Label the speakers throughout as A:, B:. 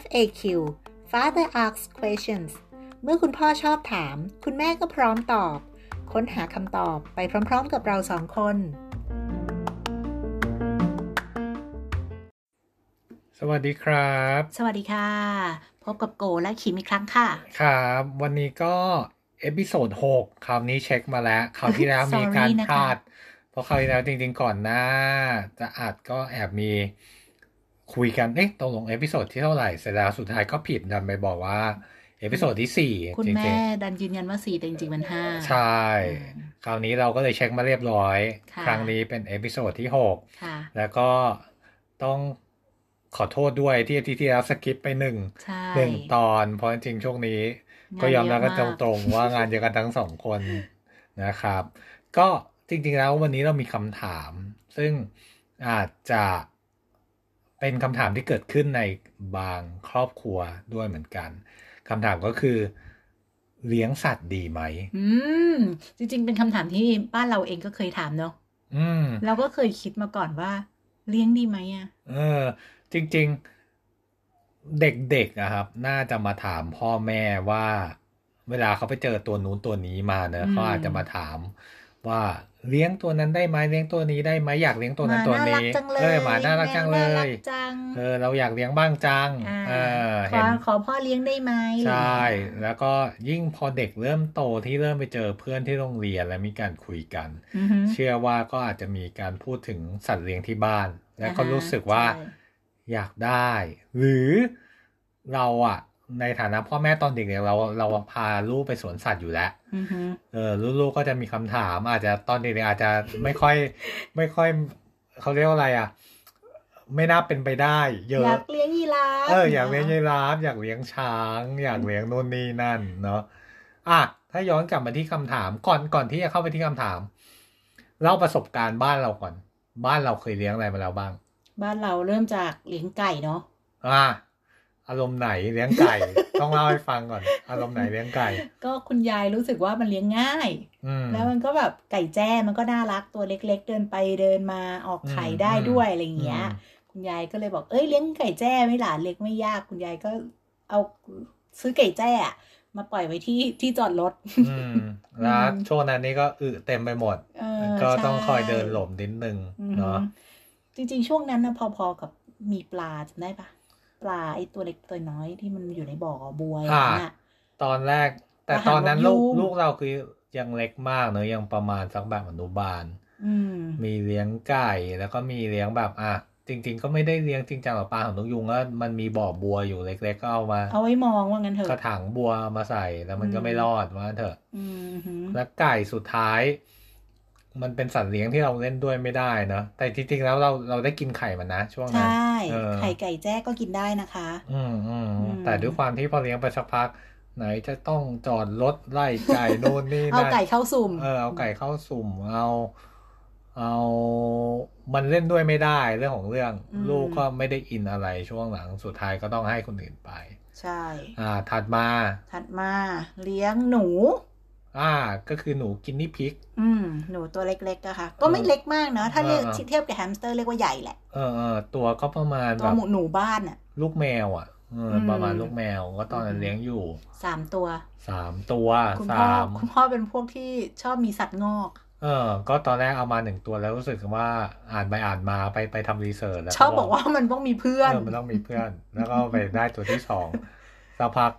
A: FAQ Father Asks Questions เมื่อคุณพ่อชอบถาม คุณแม่ก็พร้อมตอบ ค้นหาคำตอบไปพร้อมๆกับเราสองคน
B: สวัสดีครับ
A: สวัสดีค่ะ พบกับโกและขิมอีกครั้งค่ะ
B: ครับ วันนี้ก็เอพิโซด6คราวนี้เช็คมาแล้วคราวที่แล้ว
A: Sorry
B: มีการ
A: นะคะ
B: พลา ด เพราะคราวที่แล้วจริงๆก่อนหน้า จะอัดก็แอบมีคุยกันเอ๊ะตกลงเอพิโซดที่เท่าไหร่เสร็จแล้วสุดท้ายก็ผิดดันไปบอกว่าเอพิโซดที่สี่
A: คุณ
B: จ
A: แม่
B: ริง
A: ดันยืนยันว่าสี่แต่จริงๆมันห้า
B: ๆใช่คราวนี้เราก็เลยเช็คมาเรียบร้อย
A: ค่ะ
B: ครั้งนี้เป็นเอพิโซดที่หก
A: ค่ะ
B: แล้วก็ต้องขอโทษด้วยที่อาทิตย์ที่แล้วสกิปไปหนึ่ง
A: ใช่
B: หนึ่งตอน เพราะจริงๆช่วงนี้
A: งาน
B: ก็ยอมรับกันต
A: เะาก
B: รงๆว่างานเดียวกันทั้งสองคนนะครับ ก็จริงๆแล้ววันนี้เรามีคำถาม ซึ่งอาจจะเป็นคำถามที่เกิดขึ้นในบางครอบครัวด้วยเหมือนกันคำถามก็คือเลี้ยงสัตว์ดีไหม
A: อืม จริง ๆ เป็นคำถามที่บ้านเราเองก็เคยถามเนาะ
B: อืม
A: เราก็เคยคิดมาก่อนว่า เลี้ยงดีไหมอะ
B: เออจริงๆเด็กๆนะครับ น่าจะมาถามพ่อแม่ว่า เวลาเขาไปเจอตัวนู้นตัวนี้มาเน
A: อื
B: อะ
A: ม
B: เขาอาจจะมาถาม ว่าเลี้ยงตัวนั้นได้ไหมเลี้ยงตัวนี้ได้ไหมอยากเลี้ยงตัวนั้น
A: หมา
B: ตัว
A: น่ารั
B: นี้
A: จังเลย
B: ออหมาน่ารักจังเล
A: แมวน่าย รักจัง
B: เออเราอยากเลี้ยงบ้างจัง
A: อ่า
B: เออ
A: ข
B: เห็
A: อน ขอพ่อเลี้ยงได้ไหม
B: ใช่ แล้วก็ยิ่งพอเด็กเริ่มโตที่เริ่มไปเจอเพื่อนที่โรงเรียนและมีการคุยกัน
A: อือฮึ
B: เชื่อว่าก็อาจจะมีการพูดถึงสัตว์เลี้ยงที่บ้าน และก็
A: อ่ฮะ
B: รู้สึกว่า
A: ใช่
B: อยากได้ หรือเราอะในฐานะพ่อแม่ตอนเด็กเนี่ยเราเราพาลูกไปสวนสัตว์อยู่แล้ว
A: อือฮึ
B: เออลูกๆก็จะมีคำถาม อาจจะตอนเด็กๆอาจจะไม่ค่อย ไม่ค่อยเขาเรียกว่าอะไรอะไม่น่าเป็นไปได้ เย
A: อ
B: อะ
A: ยากเลี้ยงยีราฟ
B: เอออยากเลี้ยงยีราฟอยากเลี้ยงช้าง อยากเลี้ยงนู่นนี่นั่นเนาะอ่ะถ้าย้อนกลับมาที่คำถามก่อนก่อนที่จะเข้าไปที่คำถามเล่าประสบการณ์บ้านเราก่อน บ้านเราเคยเลี้ยงอะไรมาแล้วบ้าง
A: บ้านเราเริ่มจากเลี้ยงไก่เนาะ
B: อ่าอารมณ์ไหนเลี้ยงไก่ ต้องเล่าให้ฟังก่อน อารมณ์ไหนเลี้ยงไก่
A: ก็คุณยายรู้สึกว่ามันเลี้ยงง่าย
B: อืม
A: แล้วมันก็แบบไก่แจ้มันก็น่ารักตัวเล็ก ๆ เดินไปเดินมาออกไข่
B: อืม
A: ได้
B: อืม
A: ด้วยอะไรอย่างเงี้ย คุณยายก็เลยบอกเอ้ยเลี้ยงไก่แจ้ไหม่หลานเล็กไม่ยาก คุณยายก็เอาซื้อไก่แจ้อะมาปล่อยไว้ที่ที่จอดรถ
B: อืมแล้วช่วงนั้นนี่ก็อึเต็มไปหมด
A: เออ
B: ก็ต้อง
A: ใช่
B: คอยเดินหลบนิดนึง
A: อือฮึ
B: เนาะ
A: จริงๆ ช่วงนั้นนะพอๆกับมีปลาจำได้ปะปลาไอ้ตัวเล็กตัวน้อยที่มันอยู่ในบ่อบวยอะไรเงี้ย
B: ตอนแรก แต่
A: อาหาร
B: ตอนนั้น
A: น
B: ลู
A: ก
B: ก
A: ยูง
B: ลูกเราคือยังเล็กมากเนอะยังประมาณสักแบบอนุบาล
A: อืม
B: มีเลี้ยงไก่แล้วก็มีเลี้ยงแบบอ่ะจริง ๆ ก็ไม่ได้เลี้ยงจริงจังหรอกปลาของนกยุงก็มันมีบ่อบัวอยู่เล็ก ๆ ก็เอามา
A: เอาไว้มองว่างั้นเถ
B: กระ
A: อะ
B: ถางบัวมาใส่แล้วมันก็ไม่
A: อืม
B: รอดว่างั้นเถอะ
A: อืมหือ
B: และไก่สุดท้าย มันเป็นสัตว์เลี้ยงที่เราเล่นด้วยไม่ได้เนอะแต่จริงๆแล้วเราเราได้กินไข่มันนะช่วง
A: ใช
B: นั้น่ เออ
A: ไข่ไก่แจ้ก็กินได้นะคะ
B: อืมอืม
A: อืม
B: แต่ด้วยความที่พอเลี้ยงไปสักพัก ไหนจะต้องจอดรถไล่ไก่ โน่นนี่
A: เอา
B: นั่น
A: ไก่เข้าสุ่ม
B: เออเอาไก่เข้าสุ่มเอาเอามันเล่นด้วยไม่ได้เรื่องของเรื่อง ลูกก็ไม่ได้อินอะไรช่วงหลังสุดท้ายก็ต้องให้คนอื่นไป
A: ใช่
B: อ่า ถัดมา
A: ถัดมาเลี้ยงหนู
B: อ่าก็คือหนูกินนี่พริก
A: อืม หนูตัวเล็กๆอะค่ะ ก็ไม่เล็กมากนะ ถ้าเรียก
B: เออเออ
A: เทียบกับแฮมสเตอร์เรียกว่าใหญ่แหละ
B: เออเออตัวก็ประมาณ
A: ตั
B: แบ
A: ว
B: บ
A: หมูหนูบ้านอะ
B: ลูกแมวอ่ะเอออ
A: ม
B: ประมาณลูกแมวก็ตอนนั้
A: อื
B: น
A: ม
B: เลี้ยงอยู่
A: สามตัว
B: สามตัว
A: คุณ
B: ส
A: พ่อา อ
B: ม
A: คุณพ่อเป็นพวกที่ชอบมีสัตว์งอก
B: เออ ก็ตอนแรกเอามาหนึ่งตัวแล้วรู้สึกว่าอ่านไปอ่านมาไปไปทำรีเสิร์ชแล้ว
A: ชอบบอกว่ามันต้องมีเพื่อน
B: เออมันต้องมีเพื่อน แล้วก็ไปได้ตัวที่สองสักพัก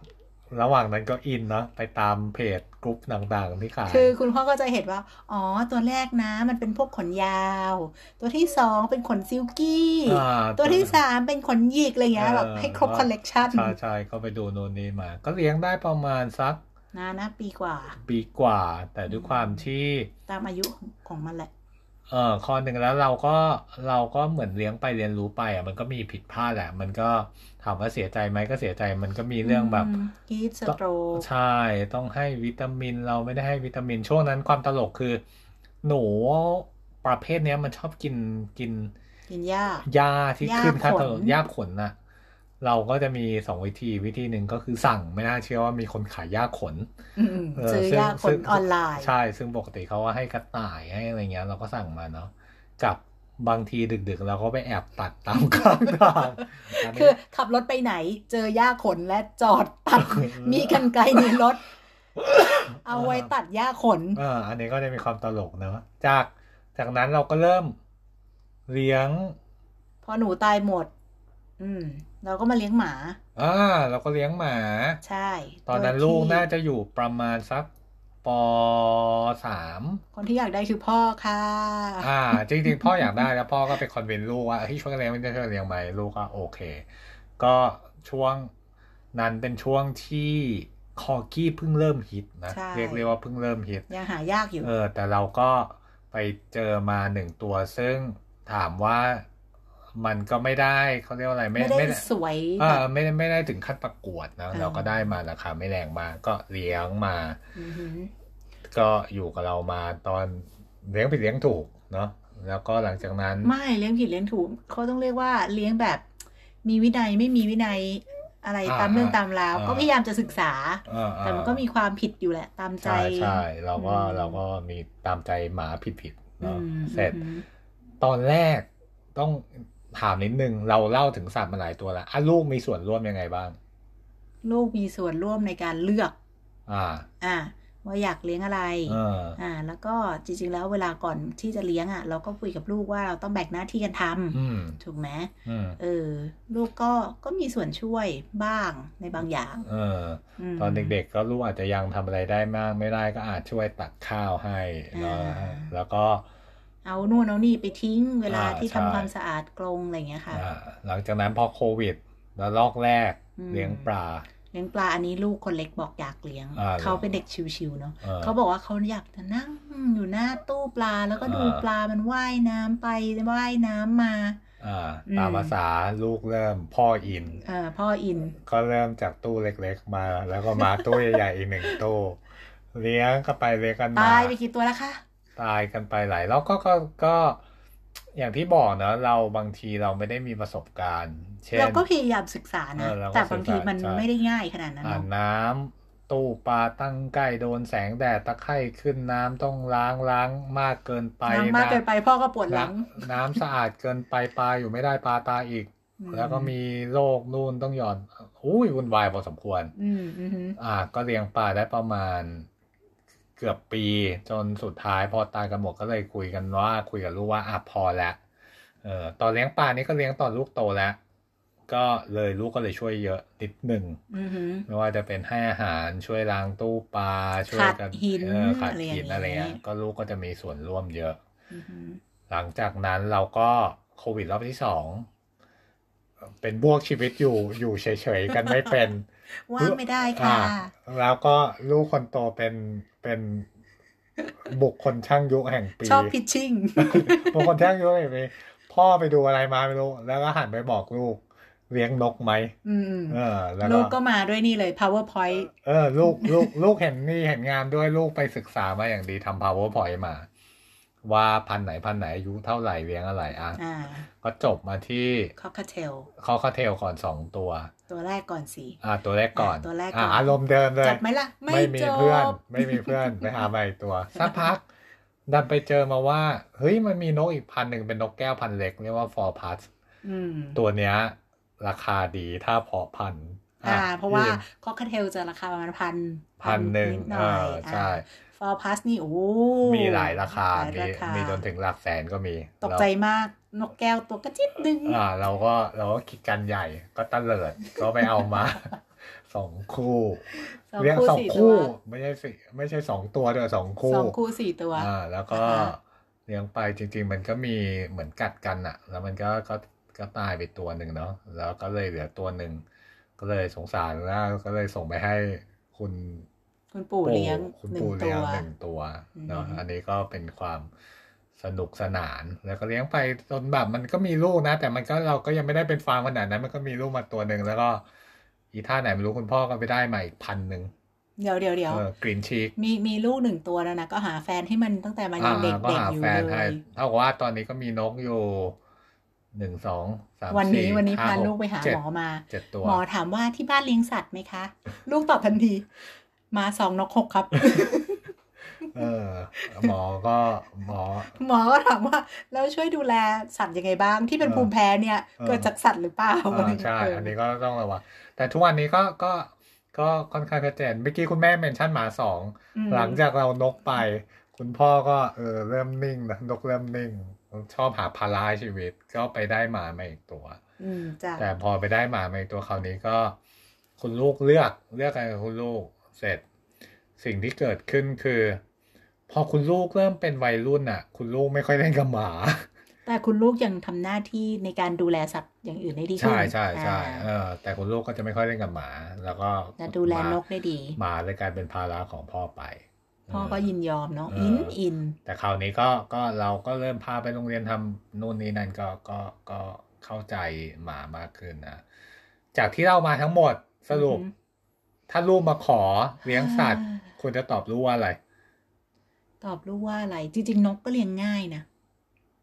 B: ระหว่างนั้นก็อินเนาะไปตามเพจกรุ๊ปต่างๆที่ขาย
A: คือคุณพ่อก็จะเห็นว่า อ๋อ ตัวแรกนะ มันเป็นพวกขนยาว ตัวที่สองเป็นขนซิลกี้
B: อ่า
A: ตัวที่สามเป็นขนหยิกอะไรเงี้ย
B: เออ
A: แบบให้ครบคอลเลกชัน
B: ใช่ใช่ก็ไปดูโน่นนี่มา ก็เลี้ยงได้ประมาณสัก
A: นะนะปีกว่า
B: ปีกว่า แต่ด้วยความที่
A: ตามอายุของของมันแหละ
B: เออข้อหนึ่งแล้วเราก็เราก็เหมือนเลี้ยงไปเรียนรู้ไปอ่ะมันก็มีผิดพลาดแหละ มันก็ถามว่าเสียใจไหมก็เสียใจมันก็มีเรื่องแบบ
A: ฮีทสโตรก
B: ใช่ต้องให้วิตามินเราไม่ได้ให้วิตามินช่วงนั้นความตลกคือ หนูประเภทเนี้ยมันชอบกินกิน
A: กินยาก
B: หญ้าที่
A: หญ้า
B: ขึ้นข้างถนน
A: ขน
B: หญ้าขนน่ะ เราก็จะมีสองวิธีวิธีหนึ่งก็คือสั่งไม่น่าเชื่อว่ามีคนขายหญ้าขน
A: อืม
B: เออ
A: ซื้อยากค
B: ซึ่
A: น
B: งซึ่ง
A: ออนไลน์
B: ใช่ ซึ่งปกติเขาว่าให้กระต่ายให้อะไรเงี้ย เราก็สั่งมาเนาะ กับ บางทีดึกๆเราก็ไปแอบตัดตามข้างทางนนี้
A: คือขับรถไปไหน เจอหญ้าขนและจอดตัด มีกันไกลในรถ เอาไว้ตัดหญ้าขน
B: เอออันนี้ก็จะมีความตลกเนอะจากจากนั้นเราก็เริ่มเลี้ยง
A: พอหนูตายหมด อืม เราก็มาเลี้ยงหมา
B: อ่าเราก็เลี้ยงหมา
A: ใช่
B: ตอนนั้น
A: โดยที่
B: ลูกน่าจะอยู่ประมาณสักปสาม
A: คนที่อยากได้คือพ่อค่ะ
B: อ่า จริงๆ พ่ออยากได้แล้วพ่อก็ไปคอนเวนต์ลูกว่าเฮ้ยช่วยกันเลี้ยงไม่ได้ช่วยกันเลี้ยงไหมลูกก็โอเค ก็ช่วงนั้นเป็นช่วงที่คอกี้เพิ่งเริ่มฮิตนะ
A: ใช่
B: เรียกเรียกว่าเพิ่งเริ่มฮิต
A: ยังหายากอยู่
B: เออแต่เราก็ไปเจอมาหนึ่งตัว ซึ่งถามว่ามันก็ไม่ได้เขาเรียกว่าอะไรไม่
A: ไม่ได้
B: ไม่ได้
A: สวย
B: เอ
A: แบบ
B: อไม่ได้ไม่ได้ถึงขั้นประกวดนะ
A: อ่า
B: เราก็ได้มาราคาไม่แรงมากก็เลี้ยงมา
A: อือหือ
B: ก็อยู่กับเรามาตอนเลี้ยงผิดเลี้ยงถูกเนาะแล้วก็หลังจากนั้น
A: ไม่เลี้ยงผิดเลี้ยงถูกเขาต้องเรียกว่าเลี้ยงแบบ มีวินัยไม่มีวินัยอะไร
B: า
A: ตามเรื่องตามราว
B: อ่า
A: ก็พยายามจะศึกษา
B: เออเออ
A: แต่มันก็มีความผิดอยู่แหละ ตามใจ
B: ใช่ใช่เราก็
A: อืม
B: เราก็มีตามใจหมาผิดผิด
A: อื
B: ๆเนาะ
A: ม
B: เสร็จ
A: อือหือ
B: ตอนแรกต้องถามนิดนึงเราเล่าถึงสัตว์มาหลายตัวแล้วอ่ะลูกมีส่วนร่วมยังไงบ้าง
A: ลูกมีส่วนร่วมในการเลือก
B: อ่า
A: อ่า ว่าอยากเลี้ยงอะไร
B: เออ
A: อ่า แล้วก็จริง ๆ แล้วเวลาก่อนที่จะเลี้ยงอ่ะ เราก็คุยกับลูกว่าเราต้องแบ่งหน้าที่กันทำ
B: อืม
A: ถูกไหม
B: อืม
A: เออ ลูกก็ก็มีส่วนช่วยบ้างในบางอย่าง
B: เออ
A: ม
B: ตอนเด็กๆ ก็ลูกอาจจะยังทำอะไรได้มาก ไม่ได้ก็อาจช่วยตักข้าวให้เนอะ
A: อ่า
B: แล้วก็
A: เอานู่นเอานี่ไปทิ้งเวลา
B: อ่า
A: ที่
B: ใช่
A: ทำความสะอาดกรงอะไรอย่างเงี้ยค่ะ
B: อ่าหลังจากนั้นพอโควิด แล้วลอกแรก
A: อืม
B: เลี้ยงปลา
A: เลี้ยงปลาอันนี้ลูกคนเล็กบอกอยากเลี้ยง
B: อ่า
A: เขาเป็นเด็กชิวๆเนาะ
B: เออ
A: เขาบอกว่าเขาอยากจะนั่งอยู่หน้าตู้ปลาแล้วก็ดู
B: อ่า
A: ปลามันว่ายน้ำไปว่ายน้ำมา
B: อ่า
A: อืม
B: ตามภาษาลูกเริ่มพ่ออิน
A: เออพ่ออิน
B: ก็เริ่มจากตู้เล็กๆมา แล้วก็มาตู้ใหญ่ๆอีกหนึ่ง ตู้เลี้ยงกันไปเลี้ยงกันมา
A: ตายไปกี่ตัวแล้วคะ
B: ตายกันไปหลายแล้วก็ก็ก็อย่างที่บอกเนอะเราบางทีเราไม่ได้มีประสบการณ์ เช่น
A: เราก็พยายามศึกษานะ
B: เออเราก็
A: แต่บางที
B: ศึกษามั
A: มัน
B: ใช่
A: ไม่ได้ง่ายขนาดนั้น
B: อ่า
A: เนาะ
B: น้ำตู้ปลาตั้งใกล้โดนแสงแดดตะไคร่ขึ้นน้ำต้องล้างล้างมากเกินไป
A: น้ำมาก
B: ะ
A: เกินไปพ่อก็ปวดหลัง
B: น้ำน้ำสะอาดเกินไปปลาอยู่ไม่ได้ปลาตายอีก
A: อื
B: แล้วก็มีโรคนู่นต้องหย่อนอุ้ยวุ่นวายพอสมควร
A: อืมอืมอืม
B: อ่า ก็เลี้ยงปลาได้ประมาณเกือบปีจนสุดท้ายพอตายกันหมดก็เลยคุยกันว่า คุยกับลูกว่าอ่ะพอแล้วเออตอนเลี้ยงปลานี่ก็เลี้ยงตอนลูกโตแล้วก็เลยลูกก็เลยช่วยเยอะนิดหนึ่ง
A: อืมอืม
B: ไม่ว่าจะเป็นให้อาหารช่วยล้างตู้ปลาช่วยกั
A: ขัดหิน
B: เออขัดหิน
A: อะ
B: อะไร ไร
A: อย่างเงี้
B: เงี้
A: ย
B: ยก็ลูกก็จะมีส่วนร่วมเยอะ
A: อืมอืม
B: หลังจากนั้นเราก็โควิดรอบที่สองเป็นบวกชีวิตอยู่อยู่เฉยๆกันไม่เป็น
A: ว่างไม่ได้ค่ะ
B: อ่าแล้วก็ลูกคนโตเป็นเป็นบุคคลช่างยุคแห่งปี
A: ชอบพิช ชิ่ง
B: บุคคลช่างยุคแห่งปีพ่อไปดูอะไรมาไม่รู้ แล้วก็หันไปบอกลูกเลี้ยงนกไหม
A: อืม
B: เออ แล้ว
A: ลูก
B: ก็
A: ก็มาด้วยนี่เลย powerpoint
B: เออลูก ลูกลูกเห็นนี่เห็นงามด้วยลูกไปศึกษามาอย่างดีทำ powerpoint มา ว่าพันธุ์ไหนพันธุ์ไหนอายุเท่าไหร่เลี้ยงอะไรอ่ะ
A: อ่า
B: ก็จบมาที่
A: cocktail
B: ข้อคาเทลก่อนสองตัว
A: ตัวแรกก่อนสิ
B: อ่ะตัวแรกก่อน
A: อ่ะตัวแรกก่อน
B: อ่ะอารมณ์เดิมเล
A: จ
B: ย
A: บไหมล่ะ
B: ไม่มี
A: จบ
B: เพื่อน ไม่มีเพื่อน ไปหาใหม่ตัว สักพัก ดันไปเจอมาว่า เฮ้ยมันมีนกอีกพันหนึ่งเป็นนกแก้วพันเล็ก เรียกว่า four parts
A: อืม
B: ตัวเนี้ย ราคาดีถ้าเพาะพันธุ์
A: อ่า เพราะว่า
B: อีก
A: cocktail จะราคาประมาณพัน
B: พันหนึ่ง
A: ดห
B: เอ
A: น่อย
B: อใช่
A: ฟอร์พัสนี่โอ้
B: มีหลายราคา
A: หลย
B: มี
A: รคา
B: มีจนถึงหลักแสนก็มี
A: ตกใจมาก นกแก้วตัวกระจิบหนึ่ง
B: เราอ่า เราก็เราก็คิดกันใหญ่ก็ตะเลิด ก็ไปเอามา สองคู่เรียกสอง
A: สี่ตั
B: คู่
A: ว
B: ไม่ใช่สิไม่ใช่สองตัวเดียวสองคู่
A: สองคู่สี่ตัว
B: อ่าแล้วก็
A: นะคะ
B: เลี้ยงไปจริง ๆ มันก็มีเหมือนกัดกันอะแล้วมันก็ก็ก็ตายไปตัวหนึ่งเนาะแล้วก็เลยเหลือตัวหนึ่งก็เลยสงสารนะก็เลยส่งไปให้คุณ
A: คุณปู่เลี้ยง
B: คุณ
A: หนึ่ง
B: ปู่
A: ตั
B: เลี้ยว งหนึ่งตัวเนาะ
A: อือหืออั
B: อันนี้ก็เป็นความสนุกสนาน แล้วก็เลี้ยงไปจนแบบมันก็มีลูกนะ แต่มันก็เราก็ยังไม่ได้เป็นฟาร์มขนาดนั้นมันก็มีลูกมาตัวหนึ่งแล้วก็อีท่าไหนไม่รู้คุณพ่อก็ไปได้มาอีกพันหนึ่ง
A: เดี๋ยวเดี๋ยวเดี๋ยว
B: เออกรีนชีก
A: มีมีลูกหนึ่งตัวแล้วนะก็หาแฟนให้มันตั้งแต่มันยังเด็กๆอยู่
B: หาแฟน
A: เล
B: ให้
A: ย
B: เท่ากับว่าตอนนี้ก็มีนกอยู่หนึ่งสองสาม
A: วันนี้
B: สี่
A: วันนี้
B: ห้
A: พา
B: ห
A: ลูกไปหา
B: เจ็ด
A: หมอมา
B: เจ็ดตัว
A: หมอถามว่าที่บ้านเลี้ยงสัตว์ไหมคะ ลูกตอบทันที มาสองนกหกครับ
B: เ เออ หมอก็หมอ
A: หมอก็ถามว่าแล้วช่วยดูแลสัตว์ยังไงบ้างที่เป็น
B: เออ
A: ภูมิแพ้เนี่ย
B: เออ
A: เกิดจากสัตว์หรือเปล่า
B: อ่าใช่ อันนี้ก็ต้องระวังแต่ทุกวันนี้ก็ก็ก็ค่อนข้างชัดเจนเมื่อกี้คุณแม่เมนชั่นหมาสอง
A: อืม
B: หลังจากเรานกไป คุณพ่อก็เออเริ่มนิ่งนะนกเริ่มนิ่ง ชอบหาภาระให้ชีวิตก็ไปได้หมามาอีกตัว
A: อืมจ้ะ
B: แต่พอไปได้หมามาอีกตัวคราวนี้ก็ คุณลูกเลือกเลือกอะไรกับคุณลูกเสร็จ สิ่งที่เกิดขึ้นคือ พอคุณลูกเริ่มเป็นวัยรุ่นอ่ะ คุณลูกไม่ค่อยเล่นกับหมา
A: แต่คุณลูกยังทำหน้าที่ในการดูแลสัตว์อย่างอื่นได้ดีขึ้น
B: ใช่ใช่ใช่เอ
A: อ่า
B: อแต่คุณลูกก็จะไม่ค่อยเล่นกับหมา แล้วก็
A: และดูแล
B: หมาน
A: กได้ดี
B: หมาเลยกลายเป็นภาระของพ่อไป
A: พ่อก็ยินยอมเนาะ
B: เอออิ
A: อินอิน
B: แต่คราวนี้ก็ก็เราก็เริ่มพาไปโรงเรียนทำนู่นนี่นั่นก็ก็ก็เข้าใจหมามากขึ้นนะ จากที่เรามาทั้งหมดสรุป
A: อือหือ
B: ถ้าลูกมาขอเลี้ยงสัตว์ควรจะตอบลูกว่าอะไร
A: ตอบลูกว่าอะไร จริง ๆ นกก็เลี้ยงง่ายนะ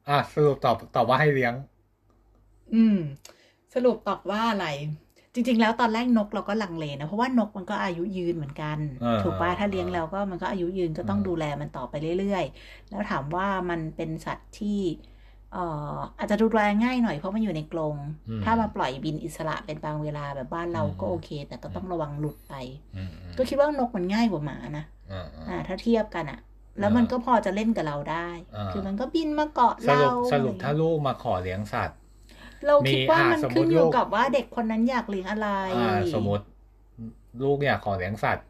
B: อ่ะสรุปตอบตอบว่าให้เลี้ยง
A: อืม สรุปตอบว่าอะไร จริง ๆ แล้วตอนแรกนกเราก็ลังเลนะเพราะว่านกมันก็อายุยืนเหมือนกัน
B: เออ
A: ถูกป่ะถ้าเลี้ยงแล้วก็มันก็อายุยืนก็ต้อง
B: อืม
A: ดูแลมันต่อไปเรื่อยๆ แล้วถามว่ามันเป็นสัตว์ที่เอ่ออาจจะดูแลง่ายหน่อยเพราะมันอยู่ในกรง
B: อืม
A: ถ้ามาปล่อยบินอิสระเป็นบางเวลาแบบบ้านเราก็
B: อืม
A: โอเค แต่ก็ต้องระวังหลุดไป
B: อืมอืม
A: ก็คิดว่านกมันง่ายกว่าหมานะ
B: อ่าอ่า
A: อ่าถ้าเทียบกันอะแล้วมันก็พอจะเล่นกับเราได้
B: อ่า
A: คือมันก็บินมาเกาะ
B: ส
A: เรา
B: รุปสรุป
A: อะไร
B: ถ้าลูกมาขอเลี้ยงสัตว์
A: เราคิดว่ามัน
B: มีอ่าสมมุติ
A: ขึ้นอยู่
B: ลูก
A: กับว่าเด็กคนนั้นอยากเลี้ยงอะไร
B: อ่าสมมติลูกอยากขอเลี้ยงสัตว์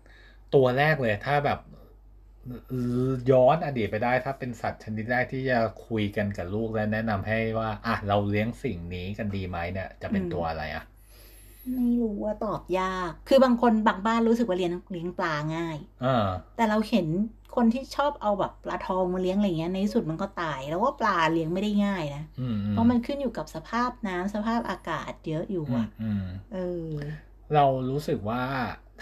B: ตัวแรกเลยถ้าแบบย้อนอดีตไปได้ ถ้าเป็นสัตว์ชนิดแรกที่จะคุยกันกับลูกและแนะนำให้ว่า อ่ะเราเลี้ยงสิ่งนี้กันดีไหมเนี่ย จะเป็นตัวอะไรอ่ะ
A: ไม่รู้ว่าตอบยาก คือบางคนบางบ้านรู้สึกว่าเลี้ยงเลี้ยงปลาง่าย
B: เออ
A: แต่เราเห็นคนที่ชอบเอาแบบปลาทองมาเลี้ยงอะไรเงี้ยในที่สุดมันก็ตาย แล้วว่าปลาเลี้ยงไม่ได้ง่ายนะ
B: อืมอื
A: เพราะมันขึ้นอยู่กับสภาพน้ำสภาพอากาศเยอะอยู่
B: อืม
A: อ่ะ
B: อืม
A: เออ
B: เรารู้สึกว่า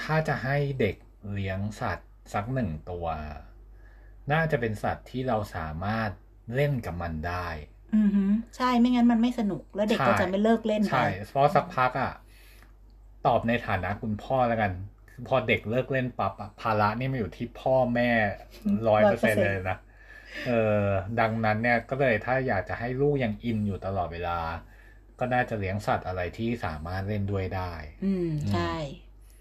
B: ถ้าจะให้เด็กเลี้ยงสัตว์สักหนึ่งตัว น่าจะเป็นสัตว์ที่เราสามารถเล่นกับมันได้
A: อือฮึใช่ไม่งั้นมันไม่สนุกแล้วเด็กก็
B: ใช่
A: จะไม่เลิกเล่นไป
B: ใช่เพราะสักพักอ่ะ ตอบในฐานะคุณพ่อแล้วกันคือพอเด็กเลิกเล่นปั๊บอะภาระนี่มันอยู่ที่พ่อแม่ร้อยเปอร์เซ็นเลยนะเออดังนั้นเนี่ยก็เลยถ้าอยากจะให้ลูกยังอินอยู่ตลอดเวลา ก็น่าจะเลี้ยงสัตว์อะไรที่สามารถเล่นด้วยได้
A: อืมใช่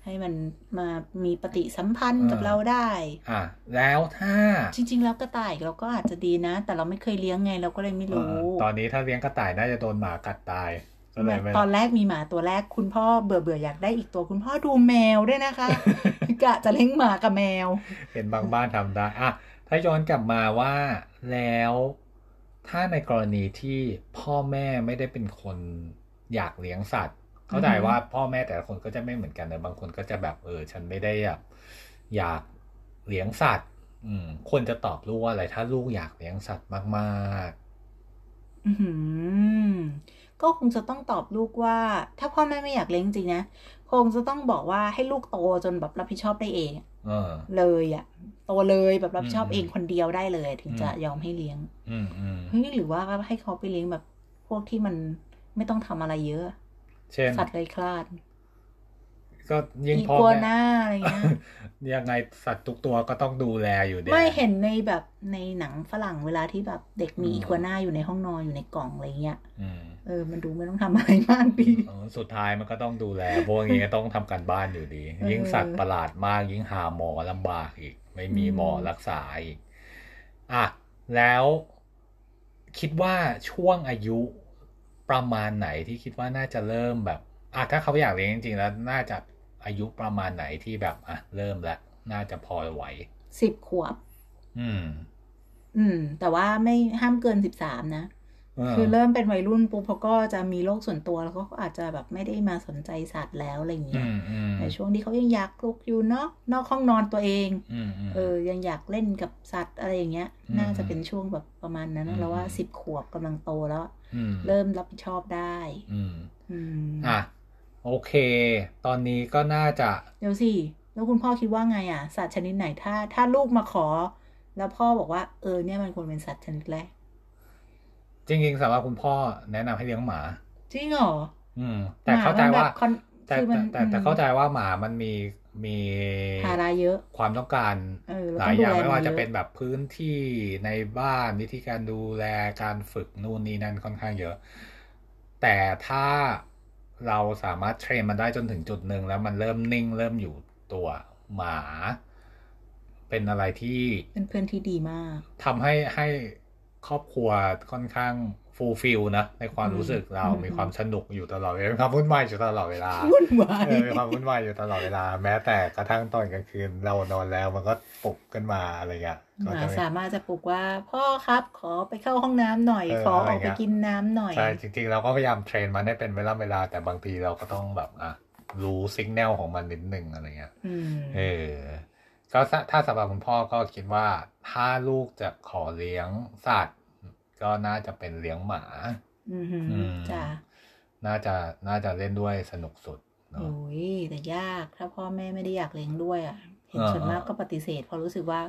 A: ให้มันมามีปฏิสัมพันธ์กับ
B: เออ
A: เราได้
B: อ่ะแล้วถ้า
A: จริง ๆ แล้วกระต่ายเราก็อาจจะดีนะ แต่เราไม่เคยเลี้ยงไงเราก็เลยไม่รู้
B: เออตอนนี้ถ้าเลี้ยงกระต่ายน่าจะโดนหมากัดตายก็เลยไม่
A: ตอนแรกมีหมาตัวแรกคุณพ่อเบื่อเบื่อๆอยากได้อีกตัวคุณพ่อดูแมวด้วย นะคะ กะจะเลี้ยงหมากับแมว
B: เห็นบางบ้านทำได้อะถ้าย้อนกลับมาว่าแล้วถ้าในกรณีที่พ่อแม่ไม่ได้เป็นคนอยากเลี้ยงสัตว์ เข้าใจ
A: อือฮึ
B: ว่าพ่อแม่แต่ละคนก็จะไม่เหมือนกันนะบางคนก็จะแบบเออ ฉันไม่ได้แบบอยากเลี้ยงสัตว์ อืมควรจะตอบลูกว่าอะไรถ้าลูกอยากเลี้ยงสัตว์มาก
A: อื้อหือก็คงจะต้องตอบลูกว่า ถ้าพ่อแม่ไม่อยากเลี้ยงจริงๆนะคงจะต้องบอกว่าให้ลูกโตจนแบบรับผิดชอบได้เอง
B: ๆ เออ
A: เลยอะโตเลยแบบรับผิดชอบ
B: อืม
A: เองคนเดียวได้เลย ถึงจะ
B: อืม
A: ยอมให้เลี้ยง
B: อืมอืม
A: เฮ้ยหรือว่าให้เขาไปเลี้ยงแบบพวกที่มันไม่ต้องทำอะไรเยอะ
B: เช่น
A: สัตว์เลอยคลาด
B: ก็ยิ่ง
A: อี
B: พ่อ
A: กัวห
B: แม่
A: น้าอะไรเงี้ย
B: ยังไงสัตว์ทุกตัวก็ต้องดูแลอยู่ดี
A: ไม่เห็นในแบบในหนังฝรั่งเวลาที่แบบเด็กมี
B: อืม
A: อีกัวหน้าอยู่ในห้องนอนอยู่ในกล่องอะไรเงี้ย
B: อืม
A: เออ มันดูไม่ต้องทำอะไรมากดี
B: เออสุดท้ายมันก็ต้องดูแล พวกนี้ก็ต้องทำการบ้านอยู่ดี
A: เออ
B: ยิ่งสัตว์ประหลาดมาก ยิ่งหาหมอลำบากอีก ไม่มี
A: อืม
B: หมอรักษาอีก อ่ะ แล้วคิดว่าช่วงอายุประมาณไหนที่คิดว่าน่าจะเริ่มแบบอ่ะถ้าเขาอยากเลี้ยงจริงๆแล้วน่าจะอายุประมาณไหนที่แบบอ่ะเริ่มแล้วน่าจะพอไหว
A: สิบขวบ
B: อืม
A: อืม แต่ว่าไม่ห้ามเกินสิบสามนะ คือเริ่มเป็นวัยรุ่นปุ๊บเขาก็จะมีโรคส่วนตัวแล้วก็อาจจะแบบไม่ได้มาสนใจสัตว์แล้วอะไร
B: อื
A: เงี้ย
B: มอืม
A: ในช่วงที่เขายังอยากลุกอยู่เนาะนอกห้องนอนตัวเอง
B: อืมม
A: เออ ยังอยากเล่นกับสัตว์อะไรอย่างเงี้ย
B: อืม
A: น่าจะเป็นช่วงแบบประมาณนั้น
B: อืม
A: แล้วว่าสิบขวบกำลังโตแล้วอะ
B: ม
A: เริ่มรับผิดชอบได้
B: อืม
A: อืม
B: อ่ะโอเค ตอนนี้ก็น่าจะ
A: เดี๋ยวสิ แล้วคุณพ่อคิดว่าไงอ่ะ สัตว์ชนิดไหนถ้า ถ้าลูกมาขอ แล้วพ่อบอกว่า เออเนี่ยมันควรเป็นสัตว์ชนิดแรก
B: จริงๆสำหรับคุณพ่อแนะนำให้เลี้ยงหมา
A: จริงเหรอ
B: อืม แต่เข้าใจว่า
A: หมมันแบบคอน
B: แต่
A: คือ
B: แต่
A: มัน
B: แต่แต่เข้าใจว่าหมามันมี มี
A: ภาระเยอะ
B: ความต้องการ
A: เออ
B: ห
A: แล้
B: ลายอย่างไม่
A: ต้ดูแ
B: ว่าจะ
A: ยอ
B: เป็นแบบพื้นที่ในบ้านวิธีการดูแลการฝึกนู่นนี่นั่นค่อนข้างเยอะ แต่ถ้าเราสามารถเทรนมันได้จนถึงจุดหนึ่งแล้วมันเริ่มนิ่ง เริ่มอยู่ตัวหมา เป็นอะไรที่
A: เป็นเพื่อนที่ดีมาก
B: ทำให้ให้ครอบครัวค่อนข้างฟูลฟิลนะ ในความ
A: อืม
B: รู้สึกเรา
A: อืม
B: มีความสนุกอยู่ตลอดเวลามีความวุ่นวายอยู่ตลอดเว ลา
A: วุ่นวาย
B: เออมีความวุ่นวายอยู่ตลอดเวลา แม้แต่กระทั่งตอนกลางคืนเรานอนแล้วมันก็ปลุกกันมาอะไรเงี้ย
A: ห
B: ก็
A: มา
B: จะไม่
A: สามารถจะปลุกว่า พ่อครับขอไปเข้าห้องน้ำหน่อย
B: เออ
A: ขอออก
B: อะไรอ
A: ไป
B: ย่างเงี้ย
A: กินน้ำหน่อย
B: ใช่จริงๆ เราก็พยายามเทรนมันให้เป็นเวลาเวลา แต่บางทีเราก็ต้องแบบอ่ะรู้สิกแนลของมันนิดนึงอะไรเงี้ย
A: อืม
B: เออ ก็ถ้าถ้าสำหรับคุณพ่อก็คิดว่า ถ้าลูกจะขอเลี้ยงสัตว์ก็น่าจะเป็นเลี้ยงหมา
A: อือหือ
B: อืม
A: จ้ะ
B: น่าจะน่าจะเล่นด้วยสนุกสุดเนอะ
A: โอ้ยแต่ยากถ้าพ่อแม่ไม่ได้อยากเลี้ยงด้วยอ่ะ เห็น
B: อ่า
A: ส่วนมากก็ปฏิเสธเพราะรู้สึกว่า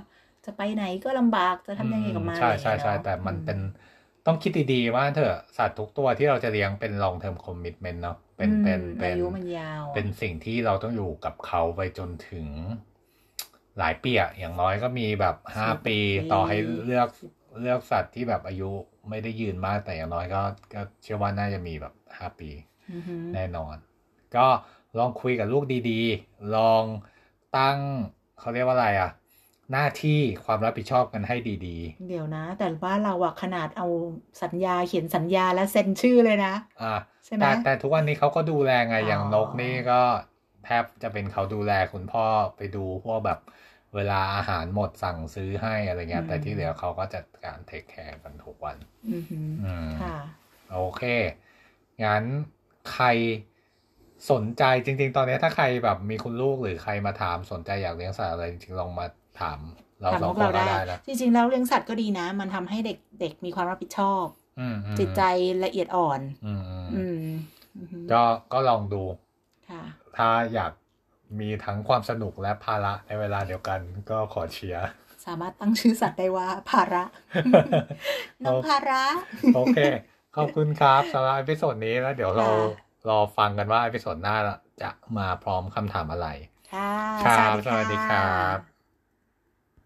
A: จะไปไหนก็ลำบากจะทำยังไงกับมัน
B: ใช่
A: อะไรอย่าง
B: ใช่
A: เงี้ย
B: ใช่
A: เอะ
B: แต่มัน
A: อื
B: เป็นต้องคิดดีๆว่าเถอะสัตว์ทุกตัวที่เราจะเลี้ยงเป็น long term commitment เนาะเป็น
A: อืม
B: เป็นเป็น
A: อายุมันยาวอะ
B: เป็นสิ่งที่เราต้องอยู่กับเขาไปจนถึงหลายปีอะอย่างน้อยก็มีแบบห้า
A: สิบ
B: ปี
A: ปี
B: ต่อให้เลือกเลือกสัตว์ที่แบบอายุไม่ได้ยืนมากแต่อย่างน้อยก็ก็เชื่อว่าน่าจะมีแบบห้าปี
A: อือหือ
B: แน่นอน ก็ลองคุยกับลูกดีๆ ลองตั้งเขาเรียกว่าอะไรอ่ะ หน้าที่ความรับผิดชอบกันให้ดี
A: เดี๋ยวนะ แต่ว่าเราอะขนาดเอาสัญญาเขียนสัญญาและเซ็นชื่อเลยนะ
B: ๆ อ่ะ
A: ใช่ไหม
B: แต่แต่ทุกวันนี้เขาก็ดูแลไง
A: อ๋อ
B: อ
A: อ
B: ย่างนกนี่ก็แทบจะเป็นเขาดูแลคุณพ่อไปดูพวกแบบเวลาอาหารหมดสั่งซื้อให้อะไรเงี้ย แต่ที่เหลือเขาก็จัดการเทคแคร์กันทุกวัน
A: อือหือ
B: อืม
A: ค่ะ
B: โอเค งั้นใครสนใจจริง ๆ ตอนนี้ถ้าใครแบบมีคุณลูกหรือใครมาถามสนใจอยากเลี้ยงสัตว์อะไรจริงๆลองมาถามเรา
A: ถาม
B: สอ
A: พว
B: ง
A: ก
B: คน
A: เรา
B: ก็
A: ได้
B: ได้นะ
A: จริงๆแล้วเลี้ยงสัตว์ก็ดีนะ มันทำให้เด็กเด็กมีความรับผิดชอบ
B: อืมๆ
A: จิตใจละเอียดอ่อน
B: อืมๆ
A: อืมอือหือ
B: ก็ก็ลองดู
A: ค่ะ
B: ถ้าอยากมีทั้งความสนุกและภาระในเวลาเดียวกันก็ขอเชียร์
A: สามารถตั้งชื่อสัตว์ได้ว่าภาระ น้องภาระ
B: โอเค ขอบคุณครับสำหรับเอพิโซดนี้แล้วเดี๋ยวเรา
A: ค่ะ
B: รอฟังกันว่าเอพิโซดหน้าจะมาพร้อมคำถามอะไร
A: ค่ะ
B: ครับ
A: ะ
B: สวัสดีครับ